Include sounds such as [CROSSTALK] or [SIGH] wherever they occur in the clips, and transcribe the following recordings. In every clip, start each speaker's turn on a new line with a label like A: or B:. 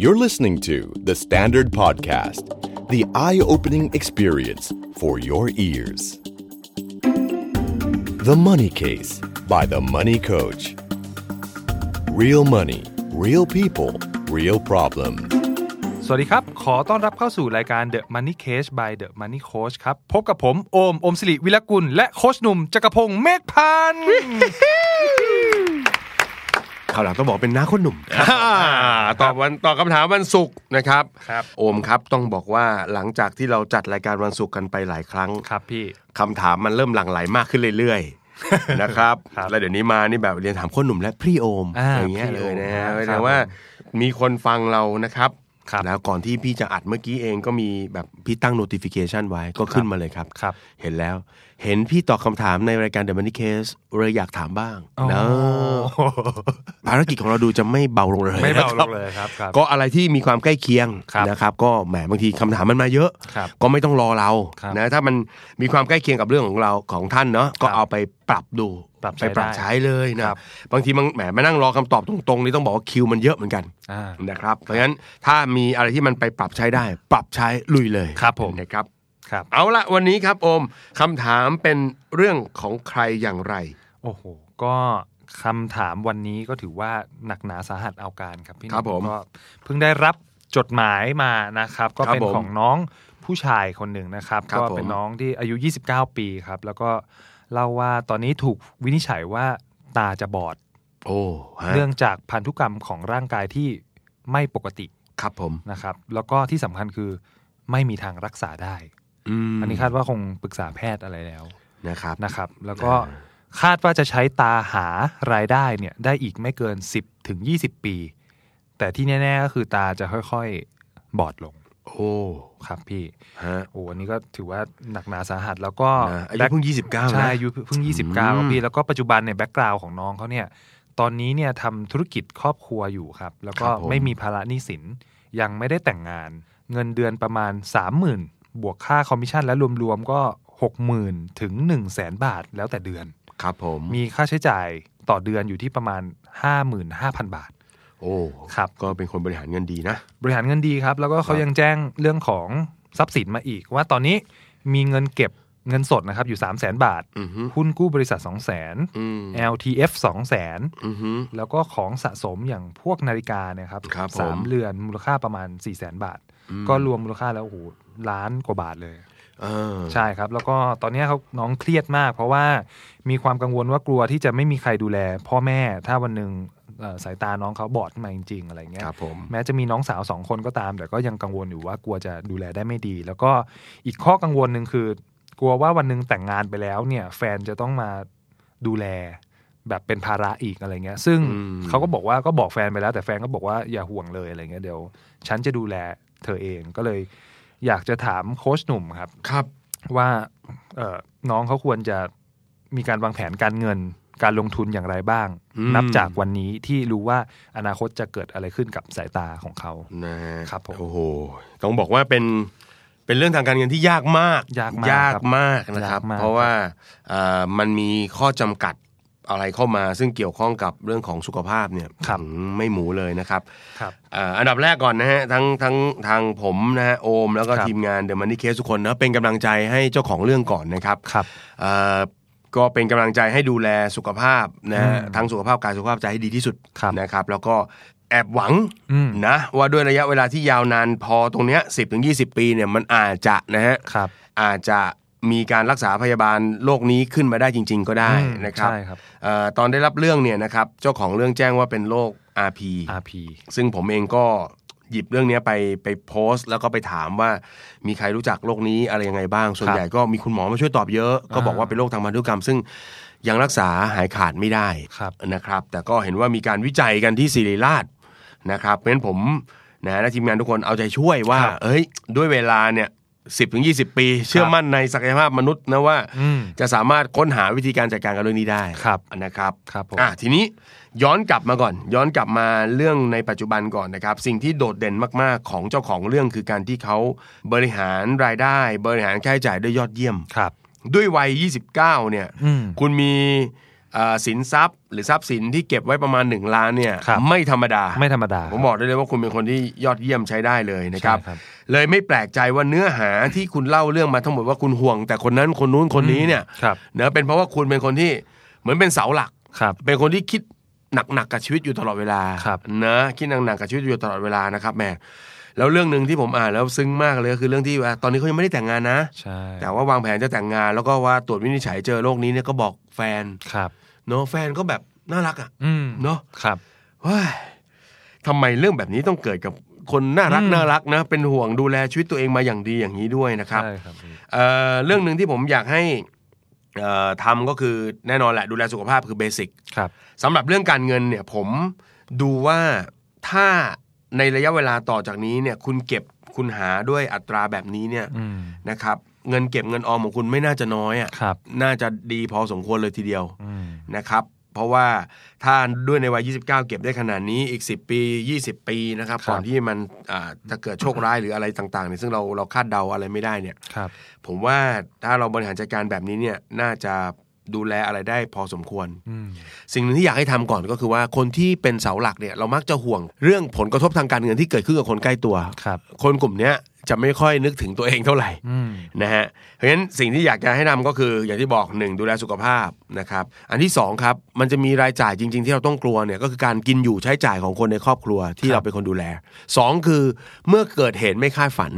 A: You're listening to The Standard Podcast, the eye opening experience for your ears. The Money Case by The Money Coach. Real money, real people, real problem.
B: สวัสดีครับ ขอต้อนรับเข้าสู่รายการ The Money Case by The Money Coach ครับ พบกับผม โอม โอมสิริวิรกุล และโคชหนุ่มจักรพงศ์เมธพั
C: [LAUGHS]
B: นธ์
C: ข่าวหลังต้องบอกเป็นน้าคนหนุ่มตอบวันตอบคำถามวันศุกร์นะครับ
B: ครับ
C: โอมครับต้องบอกว่าหลังจากที่เราจัดรายการวันศุกร์กันไปหลายครั้ง
B: ครับพี่
C: คำถามมันเริ่มหลั่งไหลมากขึ้นเรื่อย
B: [LAUGHS]
C: ๆ นะครับ
B: ครับ
C: แล้วเดี๋ยวนี้มานี่แบบเรียนถามคนหนุ่มและพี่โอม
B: อ่า
C: อย่างเงี้ย
B: พี่
C: เล
B: โอม
C: ยนะ
B: ครั
C: ฮะ
B: บ
C: แสดงว่ามีคนฟังเรานะครับ
B: ครับ
C: แล้วก่อนที่พี่จะอัดเมื่อกี้เองก็มีแบบพี่ตั้ง notification ไว้ก็ขึ้นมาเลยครับ
B: ครับ
C: เห็นแล้ว เห็นพี่ตอบคำถามในรายการ The Money Case เลยอยากถามบ้างนะ ภารกิจของเราดูจะไม่เบาลงเลย
B: ไม่เบา
C: นะค
B: ล
C: รับ
B: งเลยครับครับ
C: ก็อะไรที่มีความใกล้เคียง
B: ครับ
C: นะครับ ก็แหมบางทีคำถามมันมาเยอะ
B: ครับ
C: ก็ไม่ต้องรอเรา
B: ครับ
C: นะถ้ามันมีความใกล้เคียงกับเรื่องของเราของท่านเนาะก็เอาไปปรับดู
B: ปรับใช้
C: ไปปรับ
B: ได้
C: ใช้เลยนะครับ บางทีมันแหมมานั่งรอคำตอบตรงๆนี่ต้องบอกว่าคิวมันเยอะเหมือนกัน
B: อ่า
C: นะครับ เพราะฉะนั้นถ้ามีอะไรที่มันไปปรับใช้ได้ ปรับใช้ลุยเลย
B: ครับผม
C: นะครับ
B: ครับ
C: เอาละวันนี้ครับโอมคำถามเป็นเรื่องของใครอย่างไร
B: โอ้โห ก็คำถามวันนี้ก็ถือว่าหนักหนาสาหัสเอาการครับพี่หนุ่
C: ครับผม
B: ก็เพิ่งได้รับจดหมายมานะครับ ก็
C: ครับ
B: เป็น
C: ผม
B: ของน้องผู้ชายคนหนึ่งนะครับ
C: ครับ
B: ก็เป็น
C: ผม
B: น้องที่อายุ 29 ปีครับ แล้วก็เล่าว่าตอนนี้ถูกวินิจฉัยว่าตาจะบอด
C: โอ้ฮะ
B: เนื่องจากพันธุกรรมของร่างกายที่ไม่ปกติ
C: ครับผม
B: นะครับ แล้วก็ที่สำคัญคือไม่มีทางรักษาได้
C: อืม
B: อันนี้คาดว่าคงปรึกษาแพทย์อะไรแล้ว
C: นะครับ
B: นะครับ แล้วก็คาดว่าจะใช้ตาหารายได้เนี่ยได้อีกไม่เกิน 10ถึง20 ปี แต่ที่แน่ๆก็คือตาจะค่อยๆ บอดลง
C: โอ้
B: ครับพี่
C: ฮะ
B: โอ้อันนี้ก็ถือว่าหนักหนาสาหัสแล้วก็
C: นะอายุเพิ่ง 29
B: ใช่
C: นะ
B: อายุเพิ่ง
C: อืม
B: 29ครับพี่แล้วก็ปัจจุบันเนี่ยแบ็กกราวของน้องเขาเนี่ย ตอนนี้เนี่ยทำธุรกิจครอบครัวอยู่ครับ แล้วก็
C: ครับผม
B: ไม่มีภาระหนี้สิน ยังไม่ได้แต่งงาน เงินเดือนประมาณ 30,000 บวกค่าคอมมิชชั่นและรวมๆก็ 60,000 ถึง 1 0 0 0 0แบาทแล้วแต่เดือน
C: ครับผม
B: มีค่าใช้จ่ายต่อเดือนอยู่ที่ประมาณ 55,000 บาท
C: โอ้
B: ครับ
C: ก็เป็นคนบริหารเงินดีนะ
B: บริหารเงินดีครับ แล้วก็เขายังแจ้งเรื่องของทรัพย์สินมาอีก ว่าตอนนี้มีเงินเก็บเงินสดนะครับอยู่ 3 0 0 0 0 0 บาท
C: อือฮึ
B: หุ้นกู้บริษัท 2 0 0 0 0 0
C: อืม
B: LTF 2 0 0 0 0
C: อือฮึ
B: แล้วก็ของสะสมอย่างพวกนาฬิกาเนะครับ
C: ครับผม
B: สามเรือนมูลค่าประมาณ 4 0 0 0 0 0 บาท
C: อืม
B: ก็รวมมูลค่าแล้วโอ้โหล้านกว่าบาทเลย
C: เออ
B: ใช่ครับ แล้วก็ตอนเนี้ยเขาน้องเครียดมาก เพราะว่ามีความกังวลว่ากลัวที่จะไม่มีใครดูแล พ่อแม่ถ้าวันหนึ่งเอ่อสายตาน้องเขาบอดขึ้นมาจริง ๆ อะไรเงี้ย
C: ครับผม
B: แม้จะมีน้องสาวสองคนก็ตาม แต่ก็ยังกังวลอยู่ว่ากลัวจะดูแลได้ไม่ดี แล้วก็อีกข้อกังวลหนึ่งคือ กลัวว่าวันหนึ่งแต่งงานไปแล้วเนี่ย แฟนจะต้องมาดูแล แบบเป็นภาระอีกอะไรเงี้ย ซึ่ง
C: อืม
B: เขาก็บอกว่าก็บอกแฟนไปแล้ว แต่แฟนก็บอกว่าอย่าห่วงเลยอะไรเงี้ยเดี๋ยว ฉันจะดูแลเธอเองก็เลย อยากจะถามโค้ชหนุ่มครับ
C: ครับ
B: ว่าเอ่อน้องเขาควรจะมีการวางแผนการเงิน การลงทุนอย่างไรบ้าง
C: อืม
B: นับจากวันนี้ที่รู้ว่าอนาคตจะเกิดอะไรขึ้นกับสายตาของเขา
C: นะฮะ
B: ครับผม
C: โอ้โหต้องบอกว่าเป็นเป็นเรื่องทางการเงินที่ยากมาก
B: ยากมากครับ
C: มากนะครับ
B: ยากมาก
C: เพราะว่าเอ่อมันมีข้อจำกัดอะไรเข้ามา ซึ่งเกี่ยวข้องกับเรื่องของสุขภาพเนี่ย
B: ครับ
C: อืมไม่หมูเลยนะครับ
B: ครับ
C: อ่าอันดับแรกก่อนนะฮะทั้งทั้งทางผมนะฮะโอม แล้วก็
B: ครับ
C: ทีมงานเดอะมันนี่เคสทุกคนนะเป็นกำลังใจให้เจ้าของเรื่องก่อนนะครับ
B: ครับ
C: เอ่อก็เป็นกำลังใจให้ดูแลสุขภาพนะฮะ
B: อืม
C: ทั้งสุขภาพกายสุขภาพใจให้ดีที่สุด
B: ครับ
C: นะครับ แล้วก็แอบหวัง
B: อืม
C: นะว่าด้วยระยะเวลาที่ยาวนานพอตรงเนี้ยสิบถึงยีปีเนี่ยมันอาจจะนะฮะ
B: ครับ
C: อาจจะมีการรักษาพยาบาลโรคนี้ขึ้นมาได้จริง ๆ ก็ได้
B: อืม
C: นะครับ
B: ใช่ครับ
C: เอ่อตอนได้รับเรื่องเนี่ยนะครับเจ้าของเรื่องแจ้งว่าเป็นโรค RP
B: RP
C: ซึ่งผมเองก็หยิบเรื่องเนี้ยไปไปโพสต์ แล้วก็ไปถามว่ามีใครรู้จักโรคนี้อะไรยังไงบ้าง ส่วน
B: ครับ
C: ใหญ่ก็มีคุณหมอมาช่วยตอบเยอะ ก็บอกว่าเป็นโรคทางพันธุกรรม ซึ่งยังรักษาหายขาดไม่ได้
B: ครับ
C: นะครับ แต่ก็เห็นว่ามีการวิจัยกันที่ศิริราชนะครับเพราะฉะนั้นผมนะและทีมงานทุกคนเอาใจช่วยว่า
B: ครับ
C: เอ้ย ด้วยเวลาเนี่ยสิบถึงยีปี เชื่อมั่นในศักยภาพมนุษย์นะว่า
B: อืม
C: จะสามารถค้นหาวิธีการจัดการกับเรื่องนี้ได้
B: ครับ
C: นะครับ
B: ครับผม
C: อ่ะทีนี้ย้อนกลับมาก่อน ย้อนกลับมาเรื่องในปัจจุบันก่อนนะครับ สิ่งที่โดดเด่นมากๆของเจ้าของเรื่องคือการที่เขาบริหารรายได้ บริหารค่าใช้จ่ายได้ยอดเยี่ยม
B: ครับ
C: ด้วยวัย 29 เนี่ย
B: อืม
C: คุณมี เอ่อสินทรัพย์ หรือทรัพย์สินที่เก็บไว้ประมาณ 1 ล้านเนี่ย
B: ครับ
C: ไม่ธรรมดา
B: ไม่ธรรมดา
C: ผมบอกได้เลยว่าคุณเป็นคนที่ยอดเยี่ยมใช้ได้เลยนะครับ
B: ใช่ครับ
C: เลยไม่แปลกใจว่าเนื้อหาที่คุณเล่าเรื่องมาทั้งหมดว่าคุณห่วง แต่คนนั้นคนนู้นคนนี้เนี่ย
B: ครับ
C: เนะเป็นเพราะว่าคุณเป็นคนที่เหมือนเป็นเสาหลัก
B: ครับ
C: เป็นคนที่คิดหนักๆกับชีวิตอยู่ตลอดเวลา
B: ครับ
C: นะคิดหนักๆกับชีวิตอยู่ตลอดเวลานะครับแม่แล้วเรื่องหนึ่งที่ผมอ่านแล้วซึ้งมากเลยก็คือเรื่องที่ว่าตอนนี้เขายังไม่ได้แต่งงานนะ
B: ใช่
C: แต่ว่าวางแผนจะแต่งงาน แล้วก็ว่าตรวจวินิจฉัยเจอโรคนี้เนี่ยก็บอกแฟน
B: ครับ
C: เนาะแฟนก็แบบน่ารักอ่ะ
B: อืม
C: เนอะ
B: ครับ
C: เฮ้ยทำไมเรื่องแบบนี้ต้องเกิดกับคนน่ารัก
B: อืม
C: น่ารักนะ เป็นห่วงดูแลชีวิตตัวเองมาอย่างดีอย่างนี้ด้วยนะครับ
B: ใช่ครับพี่
C: เอ่อเรื่องหนึ่งที่ผมอยากให้เอ่อทำก็คือแน่นอนแหละดูแลสุขภาพคือเบสิก
B: ครับ
C: สำหรับเรื่องการเงินเนี่ยผมดูว่าถ้าในระยะเวลาต่อจากนี้เนี่ยคุณเก็บคุณหาด้วยอัตราแบบนี้เนี่ย
B: อืม
C: นะครับ เงินเก็บเงินออมของคุณไม่น่าจะน้อยอะ
B: ครับ
C: น่าจะดีพอสมควรเลยทีเดียว
B: อืม
C: นะครับ เพราะว่าถ้าด้วยในวัย 29 เก็บได้ขนาดนี้อีก 10 ปี 20 ปีนะครับก่อนที่มันอ่าจะเกิดโชคร้ายหรืออะไรต่างๆเนี่ยซึ่งเราเราคาดเดาอะไรไม่ได้เนี่ย
B: ครับ
C: ผมว่าถ้าเราบริหารจัดการแบบนี้เนี่ยน่าจะดูแลอะไรได้พอสมควร
B: อืม
C: สิ่งหนึ่งที่อยากให้ทำก่อนก็คือว่าคนที่เป็นเสาหลักเนี่ยเรามักจะห่วงเรื่องผลกระทบทางการเงินที่เกิดขึ้นกับคนใกล้ตัว
B: ครับ
C: คนกลุ่มเนี้ยจะไม่ค่อยนึกถึงตัวเองเท่าไหร่
B: อืม
C: นะฮะ เพราะฉะนั้นสิ่งที่อยากจะให้นำก็คืออย่างที่บอกหนึ่งดูแลสุขภาพนะครับ อันที่สองครับมันจะมีรายจ่ายจริง ๆ ที่เราต้องกลัวเนี่ยก็คือการกินอยู่ใช้จ่ายของคนในครอบครัวที่เราเป็นคนดูแลสองคือเมื่อเกิดเหตุไม่คาดฝัน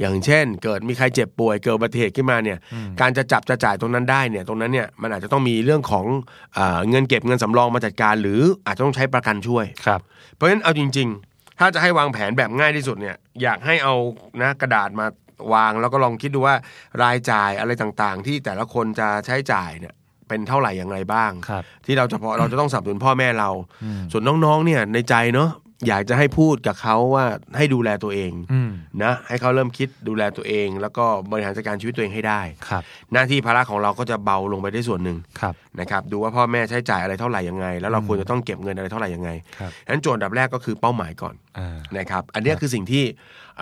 C: อย่างเช่น เกิดมีใครเจ็บป่วยเกิดอุบัติเหตุขึ้นมาเนี่ยการจะจับจะจ่ายตรงนั้นได้เนี่ยตรงนั้นเนี่ยมันอาจจะต้องมีเรื่องของเออเงินเก็บเงินสำรองมาจัดการ หรืออาจจะต้องใช้ประกันช่วย
B: ครับ
C: เพราะฉะนั้นเอาจริง ๆ ถ้าจะให้วางแผนแบบง่ายที่สุดเนี่ยอยากให้เอานะกระดาษมาวางแล้วก็ลองคิดดูว่ารายจ่ายอะไรต่างๆ ที่แต่ละคนจะใช้จ่ายเนี่ยเป็นเท่าไหร่อย่างไรบ้าง
B: ครับ
C: ที่เราจะพอเราจะต้องสนับสนุนพ่อแม่เรา
B: อืม
C: ส่วนน้องๆเนี่ยในใจเนาะอยากจะให้พูดกับเขาว่าให้ดูแลตัวเอง
B: อืม
C: นะให้เขาเริ่มคิดดูแลตัวเอง แล้วก็บริหารจัดการชีวิตตัวเองให้ได้
B: ครับ
C: หน้าที่ภาระของเราก็จะเบาลงไปได้ส่วนหนึ่ง
B: ครับ
C: นะครับดูว่าพ่อแม่ใช้จ่ายอะไรเท่าไหร่ยังไง แล้วเราควรจะต้องเก็บเงินอะไรเท่าไหร่ยังไง
B: ครับ
C: ฉะนั้นโจทย์อันดับแรกก็คือเป้าหมายก่อน
B: อ่า
C: นะครับ อันเนี้ยคือสิ่งที่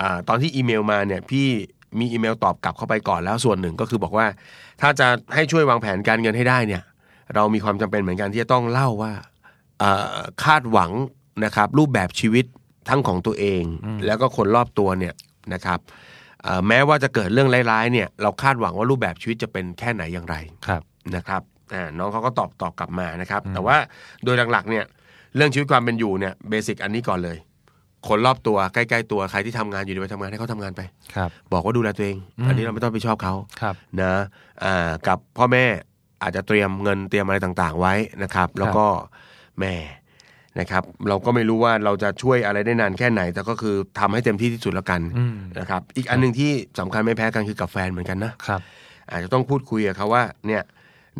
C: อ่าตอนที่อีเมลมาเนี่ยพี่มีอีเมลตอบกลับเข้าไปก่อนแล้วส่วนหนึ่งก็คือบอกว่า ถ้าจะให้ช่วยวางแผนการเงินให้ได้เนี่ย เรามีความจำเป็นเหมือนกันที่จะต้องเล่าว่าเอ่อคาดหวังนะครับ รูปแบบชีวิตทั้งของตัวเอง แล้วก็คนรอบตัวเนี่ยนะครับเอ่อแม้ว่าจะเกิดเรื่องร้ายๆเนี่ยเราคาดหวังว่ารูปแบบชีวิตจะเป็นแค่ไหนอย่างไร
B: ครับ
C: นะครับอ่าน้องเขาก็ตอบตอบกลับมานะครับ แต่ว่าโดยหลักๆเนี่ยเรื่องชีวิตความเป็นอยู่เนี่ยเบสิกอันนี้ก่อนเลย คนรอบตัวใกล้ๆตัวใครที่ทำงานอยู่ในวัยทำงานให้เขาทำงานไป
B: ครับ
C: บอกว่าดูแลตัวเอง
B: อืม
C: อันนี้เราไม่ต้องไปชอบเขา
B: ครับ
C: นะอ่ากับพ่อแม่อาจจะเตรียมเงินเตรียมอะไรต่างๆ ไว้นะครับ แล้วก็แม่นะครับ เราก็ไม่รู้ว่าเราจะช่วยอะไรได้นานแค่ไหน แต่ก็คือทำให้เต็มที่ที่สุดแล้วกัน
B: อืม
C: นะครับ อีกอันหนึ่งที่สำคัญไม่แพ้กันคือกับแฟนเหมือนกันนะ
B: ครับ
C: อาจจะต้องพูดคุยกับเขาว่าเนี่ย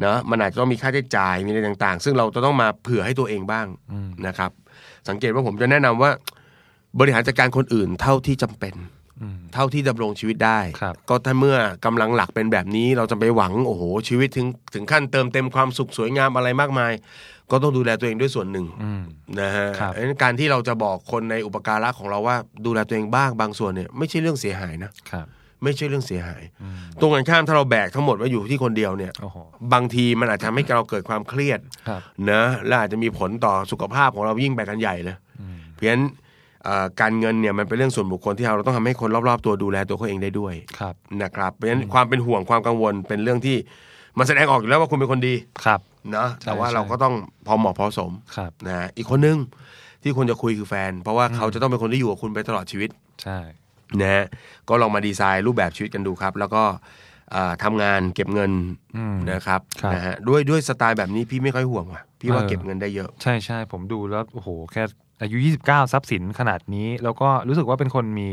C: เนาะมันอาจจะต้องมีค่าใช้จ่ายมีอะไรต่างๆ ซึ่งเราจะต้องมาเผื่อให้ตัวเองบ้าง
B: อืม
C: นะครับ สังเกตว่าผมจะแนะนำว่า บริหารจัดการคนอื่นเท่าที่จำเป็น
B: อืม
C: เท่าที่ดำรงชีวิตได้
B: ครับ
C: ก็ถ้าเมื่อกำลังหลักเป็นแบบนี้เราจะไปหวังโอ้โหชีวิตถึงถึงขั้นเติมเต็มความสุขสวยงามอะไรมากมาย ก็ต้องดูแลตัวเองด้วยส่วนหนึ่ง
B: อืม
C: นะฮะ
B: ครับ
C: เพราะฉะนั้นการที่เราจะบอกคนในอุปการะของเราว่าดูแลตัวเองบ้างบางส่วนเนี่ยไม่ใช่เรื่องเสียหายนะครับ ไม่ใช่เรื่องเสียหาย
B: อืม
C: ตรงกันข้ามถ้าเราแบกทั้งหมดไว้อยู่ที่คนเดียวเนี่ย
B: โอ้โห
C: บางทีมันอาจจะทำให้เราเกิดความเครียด
B: ครับ
C: นะและอาจจะมีผลต่อสุขภาพของเรายิ่งไปกันใหญ่เลย
B: อืม
C: เพราะฉะนั้นเอ่อการเงินเนี่ยมันเป็นเรื่องส่วนบุคคลที่เราต้องทำให้คนรอบๆ ตัวดูแลตัวเขาเองได้ด้วย
B: ครับ
C: นะครับเพราะฉะนั้นความเป็นห่วงความกังวลเป็นเรื่องที่มันแสดงออกอยู่แล้วว่าคุณเป็นคนดี
B: ครับ
C: นะ
B: ใช่
C: แต่ว่า
B: ใช่
C: เราก็ต้องพอเหมาะพอสม
B: ครับ
C: นะอีกคนนึงที่ควรจะคุยคือแฟน เพราะว่าเขาจะต้องเป็นคนที่อยู่กับคุณไปตลอดชีวิต
B: ใช่
C: นะฮะก็ลองมาดีไซน์รูปแบบชีวิตกันดูครับ แล้วก็เอ่อทำงานเก็บเงิน
B: อืม
C: นะครับ
B: ครับ
C: นะฮะด้วยด้วยสไตล์แบบนี้พี่ไม่ค่อยห่วงว่ะพี่ว่า
B: เออ
C: เก็บเงินได้เยอะ
B: ใช่ใช่ผมดูแล้วโอ้โหแค่อายุ 29 ทรัพย์สินขนาดนี้ แล้วก็รู้สึกว่าเป็นคนมี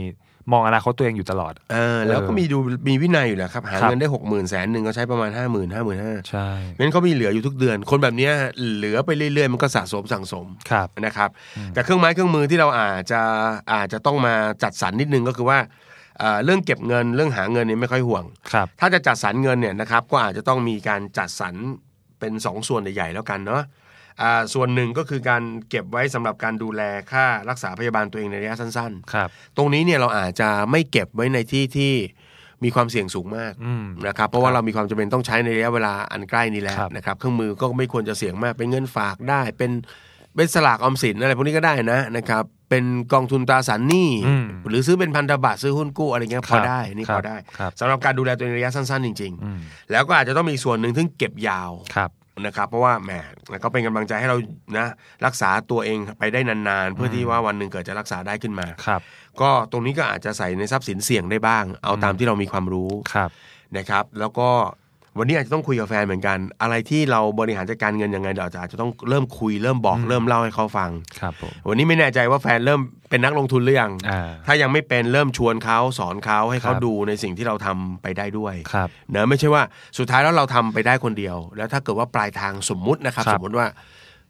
B: มองอนาคตตัวเองอยู่ตลอด
C: เออแล้วก็มีดูมีวินัยอยู่แหละครับ หา
B: ครับ
C: เงินได้หกหมื่นแสนหนึ่งก็ใช้ประมาณห้าหมื่นห้าหมื่นห้า
B: ใช่
C: งั้นเขามีเหลืออยู่ทุกเดือน คนแบบเนี้ยเหลือไปเรื่อยๆ มันก็สะสมสั่งสม
B: ครับ
C: นะครับกับเครื่องไม้เครื่องมือที่เราอาจจะอาจจะต้องมาจัดสรรนิดนึงก็คือว่าเอ่อเรื่องเก็บเงินเรื่องหาเงินเนี่ยไม่ค่อยห่วง
B: ครับ
C: ถ้าจะจัดสรรเงินเนี่ยนะครับก็อาจจะต้องมีการจัดสรรเป็นสองส่วนใหญ่ๆแล้วกันเนาะอ่าส่วนหนึ่งก็คือการเก็บไว้สำหรับการดูแลค่ารักษาพยาบาลตัวเองในระยะสั้น
B: ครับ
C: ๆ ตรงนี้เนี่ยเราอาจจะไม่เก็บไว้ในที่ที่ มีความเสี่ยงสูงมาก
B: อืม
C: นะครับเพราะว่าเรามีความจำเป็นต้องใช้ในระยะเวลาอันใกล้นี้แล้ว
B: ครับ
C: นะครับเครื่องมือก็ไม่ควรจะเสี่ยงมากเป็นเงินฝากได้ เป็นเป็นสลากออมสินอะไรพวกนี้ก็ได้นะนะครับเป็นกองทุนตราสารหนี้
B: อืม
C: หรือซื้อเป็นพันธบัตรซื้อหุ้นกู้อะไรเงี้ยพ
B: ครั
C: อบ ได้นี่
B: ครั
C: พ
B: บ
C: อได้
B: ครับ
C: สำหรับการดูแลตัวเองในระยะสั้นๆ จริง
B: อืม
C: ๆ แล้วก็อาจจะต้องมีส่วนหนึ่งที่เก็บยาว
B: ครับ
C: นะครับเพราะว่าแหมก็เป็นกำลังใจให้เรานะรักษาตัวเองไปได้นานๆ เพื่อที่ว่าวันหนึ่งเกิดจะรักษาได้ขึ้นมา
B: ครับ
C: ก็ตรงนี้ก็อาจจะใส่ในทรัพย์สินเสี่ยงได้บ้าง เอาตามที่เรามีความรู้
B: ครับ
C: นะครับ แล้วก็วันนี้อาจจะต้องคุยกับแฟนเหมือนกัน อะไรที่เราบริหารจัดการเงินยังไงเดี๋ยวอาจจะอาจจะต้องเริ่มคุยเริ่มบอกเริ่มเล่าให้เขาฟัง
B: ครับผม
C: วันนี้ไม่แน่ใจว่าแฟนเริ่มเป็นนักลงทุนหรือยัง
B: อ่า
C: ถ้ายังไม่เป็นเริ่มชวนเขาสอนเขาให้เขา
B: ครับ
C: ดูในสิ่งที่เราทำไปได้ด้วย
B: ครับ
C: เนอะไม่ใช่ว่าสุดท้ายแล้วเราทำไปได้คนเดียว แล้วถ้าเกิดว่าปลายทางสมมุตินะครับ
B: ครับ
C: สมมติว่า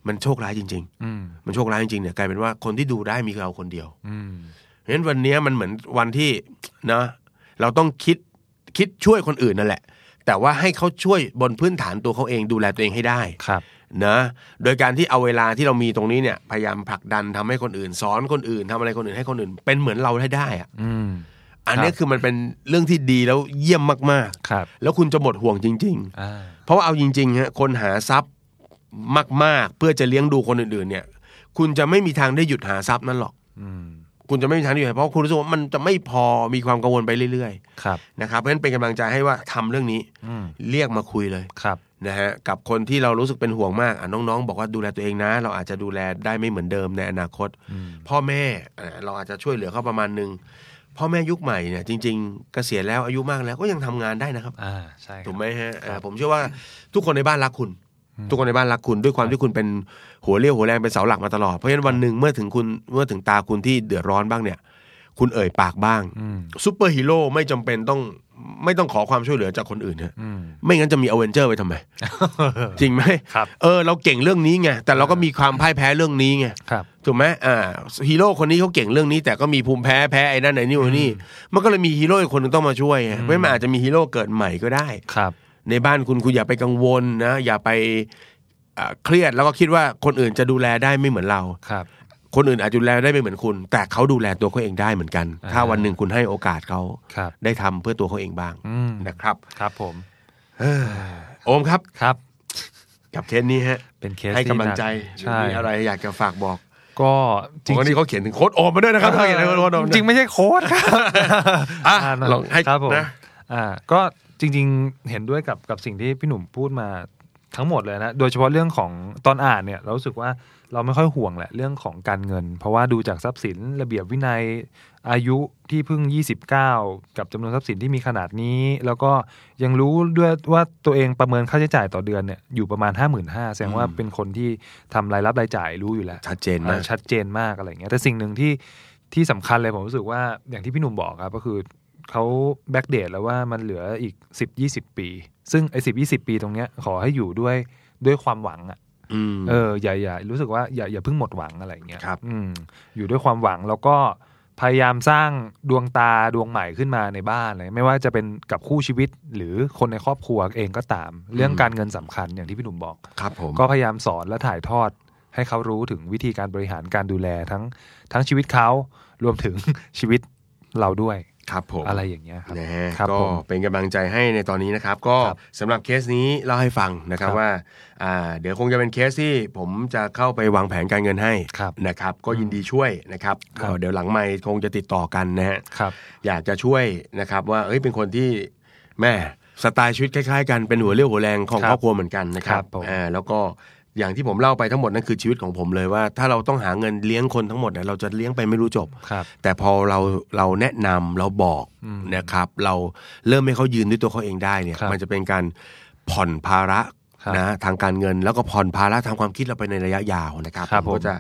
C: มันโชคร้ายจริง
B: อืม
C: ๆ มันโชคร้ายจริงๆเนี่ยกลายเป็นว่าคนที่ดูได้มีเราคนเดียว
B: อืม
C: เพราะฉะนั้นวันเนี้ยมันเหมือนวันที่นะเราต้องคิดคิดช่วยคนอื่นนั่นแหละ แต่ว่าให้เขาช่วยบนพื้นฐานตัวเขาเองดูแลตัวเองให้ได้
B: ครับ
C: นะโดยการที่เอาเวลาที่เรามีตรงนี้เนี่ยพยายามผลักดันทำให้คนอื่น สอนคนอื่นทำอะไรคนอื่นให้คนอื่น เป็นเหมือนเราให้ได้อะ
B: อืม
C: อันเนี้ย
B: ครับ
C: คือมันเป็นเรื่องที่ดีแล้วเยี่ยมมาก
B: ครับ
C: ๆ แล้วคุณจะหมดห่วงจริง ๆ
B: อ่า
C: เพราะว่าเอาจริงๆฮะคนหาทรัพย์มากๆ เพื่อจะเลี้ยงดูคนอื่นๆเนี่ย คุณจะไม่มีทางได้หยุดหาทรัพย์นั้นหรอก
B: อืม
C: คุณจะไม่มีทางได้หยุดเพราะคุณรู้สึกว่ามันจะไม่พอมีความกังวลไปเรื่อย
B: ครับ
C: ๆนะครับเพราะฉะนั้นเป็นกำลังใจให้ว่าทำเรื่องนี้
B: อืม
C: เรียกมาคุยเลย
B: ครับ
C: นะฮะกับคนที่เรารู้สึกเป็นห่วงมากอ่ะน้องๆ บอกว่าดูแลตัวเองนะ เราอาจจะดูแลได้ไม่เหมือนเดิมในอนาคต
B: อืม
C: พ่อแม่อ่ะเราอาจจะช่วยเหลือเขาประมาณหนึงพ่อแม่ยุคใหม่เนี่ยจริงๆเกษียณแล้วอายุมากแล้วก็ยังทำงานได้นะครับ
B: อ่าใช่ครับ
C: ถูกไหมฮะเอ่อ
B: ครับ
C: ผมเชื่อว่าทุกคนในบ้านรักคุณ
B: อืม
C: ทุกคนในบ้านรักคุณ ด้วยความที่คุณเป็นหัวเรี่ยวหัวแรงเป็นเสาหลักมาตลอด เพราะฉะนั้นวันหนึ่งเมื่อถึงคุณเมื่อถึงตาคุณที่เดือดร้อนบ้างเนี่ย คุณเอ่ยปากบ้าง
B: อืม
C: ซูเปอร์ฮีโร่ไม่จำเป็นต้องไม่ต้องขอความช่วยเหลือจากคนอื่นฮะ
B: อืม
C: ไม่งั้นจะมีอเวนเจอร์ไป
B: [LAUGHS]
C: ทำไม จริงไหม
B: ครับ
C: เออเราเก่งเรื่องนี้ไงแต่เราก็มีความพ่ายแพ้เรื่องนี้ไง
B: ครับ
C: ถูกไหมอ่าฮีโร่คนนี้เขาเก่งเรื่องนี้ แต่ก็มีภูมิแพ้แพ้ไอ้นั่นไอ้นี่ไอ้นี่มันก็เลยมีฮีโร่อีกคนหนึงต้องมาช่วยไงเพราะฉะนั้นมันอาจจะมีฮีโร่เกิดใหม่ก็ได้
B: ครับ
C: ในบ้านคุณคุณอย่าไปกังวลนะ อย่าไปเอ่อเครียดแล้วก็คิดว่าคนอื่นจะดูแลได้ไม่เหมือนเรา
B: ครับ
C: คนอื่นอาจจะดูแลได้ไม่เหมือนคุณ แต่เขาดูแลตัวเขาเองได้เหมือนกัน
B: อ่า
C: ถ้าวันหนึ่งคุณให้โอกาสเขา
B: ครับ
C: ได้ทำเพื่อตัวเขาเองบ้าง
B: อืม
C: นะครับ
B: ครับผม
C: เอ่อโอมครับ
B: ครับ
C: กับเคสนี้ฮะ
B: เป็นเคส
C: ให้
B: ที่
C: กำลัง
B: นั
C: ใจหรือ
B: ใช่
C: มีอะไรอยากจะฝากบอก
B: ก็จ
C: จริ
B: ริงๆ
C: งนี่เขาเขียนถึงโค้ดโอมมาด้วยนะครับเขาเขียนถึงโค้ดโอม
B: จริงๆไม่ใช่โค้ดครับ
C: อ่ะ
B: อ่า
C: ลองให้
B: ครับผม
C: นะ
B: อ่าก็จริงๆเห็นด้วยกับกับสิ่งที่พี่หนุ่มพูดมาทั้งหมดเลยนะ โดยเฉพาะเรื่องของตอนอ่านเนี่ย เรารู้สึกว่าเราไม่ค่อยห่วงแหละเรื่องของการเงิน เพราะว่าดูจากทรัพย์สินระเบียบวินัยอายุที่เพิ่ง 29 กับจำนวนทรัพย์สินที่มีขนาดนี้ แล้วก็ยังรู้ด้วยว่าตัวเองประเมินค่าใช้จ่ายต่อเดือนเนี่ยอยู่ประมาณ 5 5 0 0 0แสดงว่า
C: อืม
B: เป็นคนที่ทำรายรับรายจ่ายรู้อยู่แล้ว
C: ชัดเจนมาก
B: อ่าชัดเจนมากอะไรอย่างเงี้ยแต่สิ่งหนึ่งที่ที่สำคัญเลยผมรู้สึกว่าอย่างที่พี่หนุ่มบอกครับก็คือเขาแบ็กเดตแล้วว่ามันเหลืออีก 10 20 ปี ซึ่งไอ้สิบยีปีตรงเนี้ยขอให้อยู่ด้วยด้วยความหวังอะ
C: อืม
B: เอออย่าอย่ารู้สึกว่าอย่าอย่าเพิ่งหมดหวังอะไรอย่างเงี้ย
C: ครับ
B: อืมอยู่ด้วยความหวังแล้วก็พยายามสร้างดวงตาดวงใหม่ขึ้นมาในบ้านเลยไม่ว่าจะเป็นกับคู่ชีวิตหรือคนในครอบครัวเองก็ตาม เรื่องการเงินสำคัญอย่างที่พี่หนุ่มบอก
C: ครับผม
B: ก็พยายามสอนและถ่ายทอดให้เขารู้ถึงวิธีการบริหารการดูแลทั้งทั้งชีวิตเขารวมถึง [LAUGHS] ชีวิตเราด้วย
C: ครับผม
B: อะไรอย่างเงี้ยครับ
C: นะฮะ
B: ครับ
C: ก็
B: ผม
C: เป็นกำลังใจให้ในตอนนี้นะครับ ก็
B: ครับ
C: สำหรับเคสนี้เล่าให้ฟังนะครับ
B: ครับ
C: ว่าอ่า เดี๋ยวคงจะเป็นเคสที่ผมจะเข้าไปวางแผนการเงินให้
B: ครับ
C: นะครับ ก็ยินดีช่วยนะครับ
B: ครับ
C: ก็เดี๋ยวหลังไม่คงจะติดต่อกันนะฮะ
B: ครับ
C: อยากจะช่วยนะครับว่าเอ้ยเป็นคนที่แม่สไตล์ชีวิตคล้ายๆกันเป็นหัวเรี่ยวหัวแรงของ
B: ครับ
C: ครอบครัวเหมือนกันนะครั
B: ครับ บผม
C: อ่าแล้วก็อย่างที่ผมเล่าไปทั้งหมดนั่นคือชีวิตของผมเลยว่า ถ้าเราต้องหาเงินเลี้ยงคนทั้งหมดเนี่ยเราจะเลี้ยงไปไม่รู้จบ
B: ครับ
C: แต่พอเราเราแนะนำเราบอก
B: อืม
C: นะครับ เราเริ่มให้เขายืนด้วยตัวเขาเองได้เนี่ย
B: ครับ
C: มันจะเป็นการผ่อนภาระ
B: ครับ
C: นะทางการเงินแล้วก็ผ่อนภาระทางความคิดเราไปในระยะยาวนะครับ
B: ครับ
C: ผมก็
B: ผม
C: จะ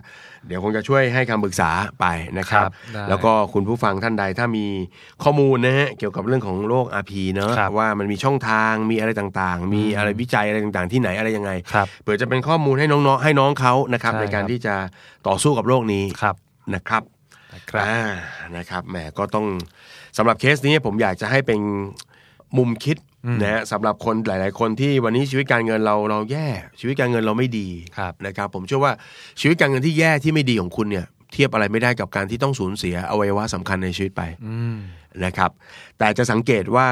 C: เดี๋ยวคงจะช่วยให้คำปรึกษาไปนะครับ
B: ครับได้
C: แล้วก็คุณผู้ฟังท่านใดถ้ามีข้อมูลนะฮะเกี่ยวกับเรื่องของโรค RP เนอะ
B: ครับ
C: ว่ามันมีช่องทางมีอะไรต่างๆ มี
B: อืม
C: อะไรวิจัยอะไรต่างๆ ที่ไหนอะไรยังไง
B: ครับ
C: เผื่อจะเป็นข้อมูลให้น้องๆให้น้องเขานะครับ
B: ใช่
C: ในการ
B: ครับ
C: ที่จะต่อสู้กับโรคนี้
B: ครับ
C: นะครับ
B: ครับ
C: อ่านะครับแหมก็ต้องสำหรับเคสนี้ผมอยากจะให้เป็นมุมคิด
B: อืม
C: นะฮะสำหรับคนหลาย ๆ คนที่วันนี้ชีวิตการเงินเราเราแย่ ชีวิตการเงินเราไม่ดี
B: ครับ
C: นะครับ ผมเชื่อว่าชีวิตการเงินที่แย่ที่ไม่ดีของคุณเนี่ย เทียบอะไรไม่ได้กับการที่ต้องสูญเสียอวัยวะสำคัญในชีวิตไป
B: อืม
C: นะครับ แต่จะสังเกตว่า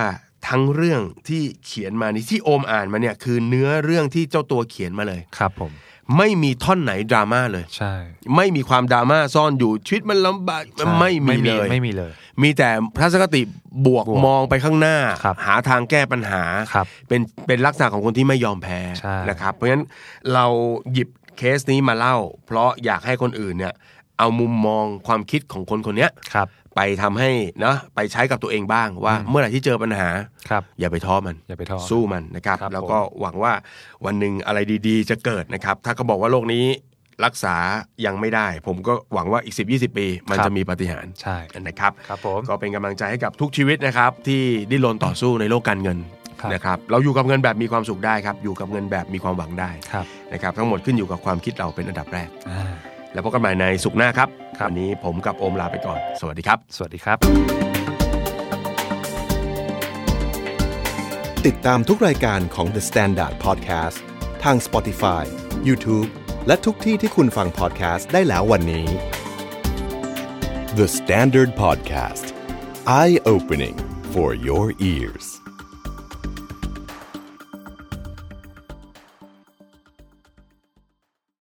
C: ทั้งเรื่องที่เขียนมานี้ที่โอมอ่านมาเนี่ยคือเนื้อเรื่องที่เจ้าตัวเขียนมาเลย
B: ครับผม
C: ไม่มีท่อนไหนดราม่าเลย
B: ใช่
C: ไม่มีความดราม่าซ่อนอยู่ชีวิตมันลำบากไม่มีเลย
B: ไม่มีเลย
C: มีแต่ทัศนคติบวก
B: บวก
C: มองไปข้างหน้า
B: ครับ
C: หาทางแก้ปัญหา
B: ครับ
C: เป็นเป็นลักษณะของคนที่ไม่ยอมแพ้
B: ใช่
C: นะครับ เพราะฉะนั้นเราหยิบเคสนี้มาเล่า เพราะอยากให้คนอื่นเนี่ยเอามุมมองความคิดของคนคนเนี้ย
B: ครับ
C: ไปทำให้นะไปใช้กับตัวเองบ้างว่าเมื่อไหร่ที่เจอปัญหา
B: ครับ
C: อย่าไปท้อมัน
B: อย่าไปท้อ
C: สู้มันนะครับ
B: ครับ
C: แล้วก็หวังว่าวันหนึ่งอะไรดีๆ จะเกิดนะครับ ถ้าเขาบอกว่าโลกนี้รักษายังไม่ได้ ผมก็หวังว่าอีก 10 20 ปี มัน
B: ครับ
C: จะมีปาฏิหารย์
B: ใช่
C: นะครับ
B: ครับผม
C: ก็เป็นกำลังใจให้กับทุกชีวิตนะครับ ที่ดิ้นรนต่อสู้ในโลกการเงิน
B: ครับ
C: นะครับ เราอยู่กับเงินแบบมีความสุขได้ครับ อยู่กับเงินแบบมีความหวังได้
B: ครับ
C: นะครับ ทั้งหมดขึ้นอยู่กับความคิดเราเป็นอันดับแรก
B: อ่า
C: แล้วพบกันใหม่ในสุขหน้าครับ
B: ครับ
C: วันนี้ผมกับโอมลาไปก่อน สวัสดีครับ
B: สวัสดีครับ
A: ติดตามทุกรายการของ The Standard Podcast ทาง Spotify, YouTube และทุกที่ที่คุณฟัง podcast ได้แล้ววันนี้ The Standard Podcast Eye Opening for Your Ears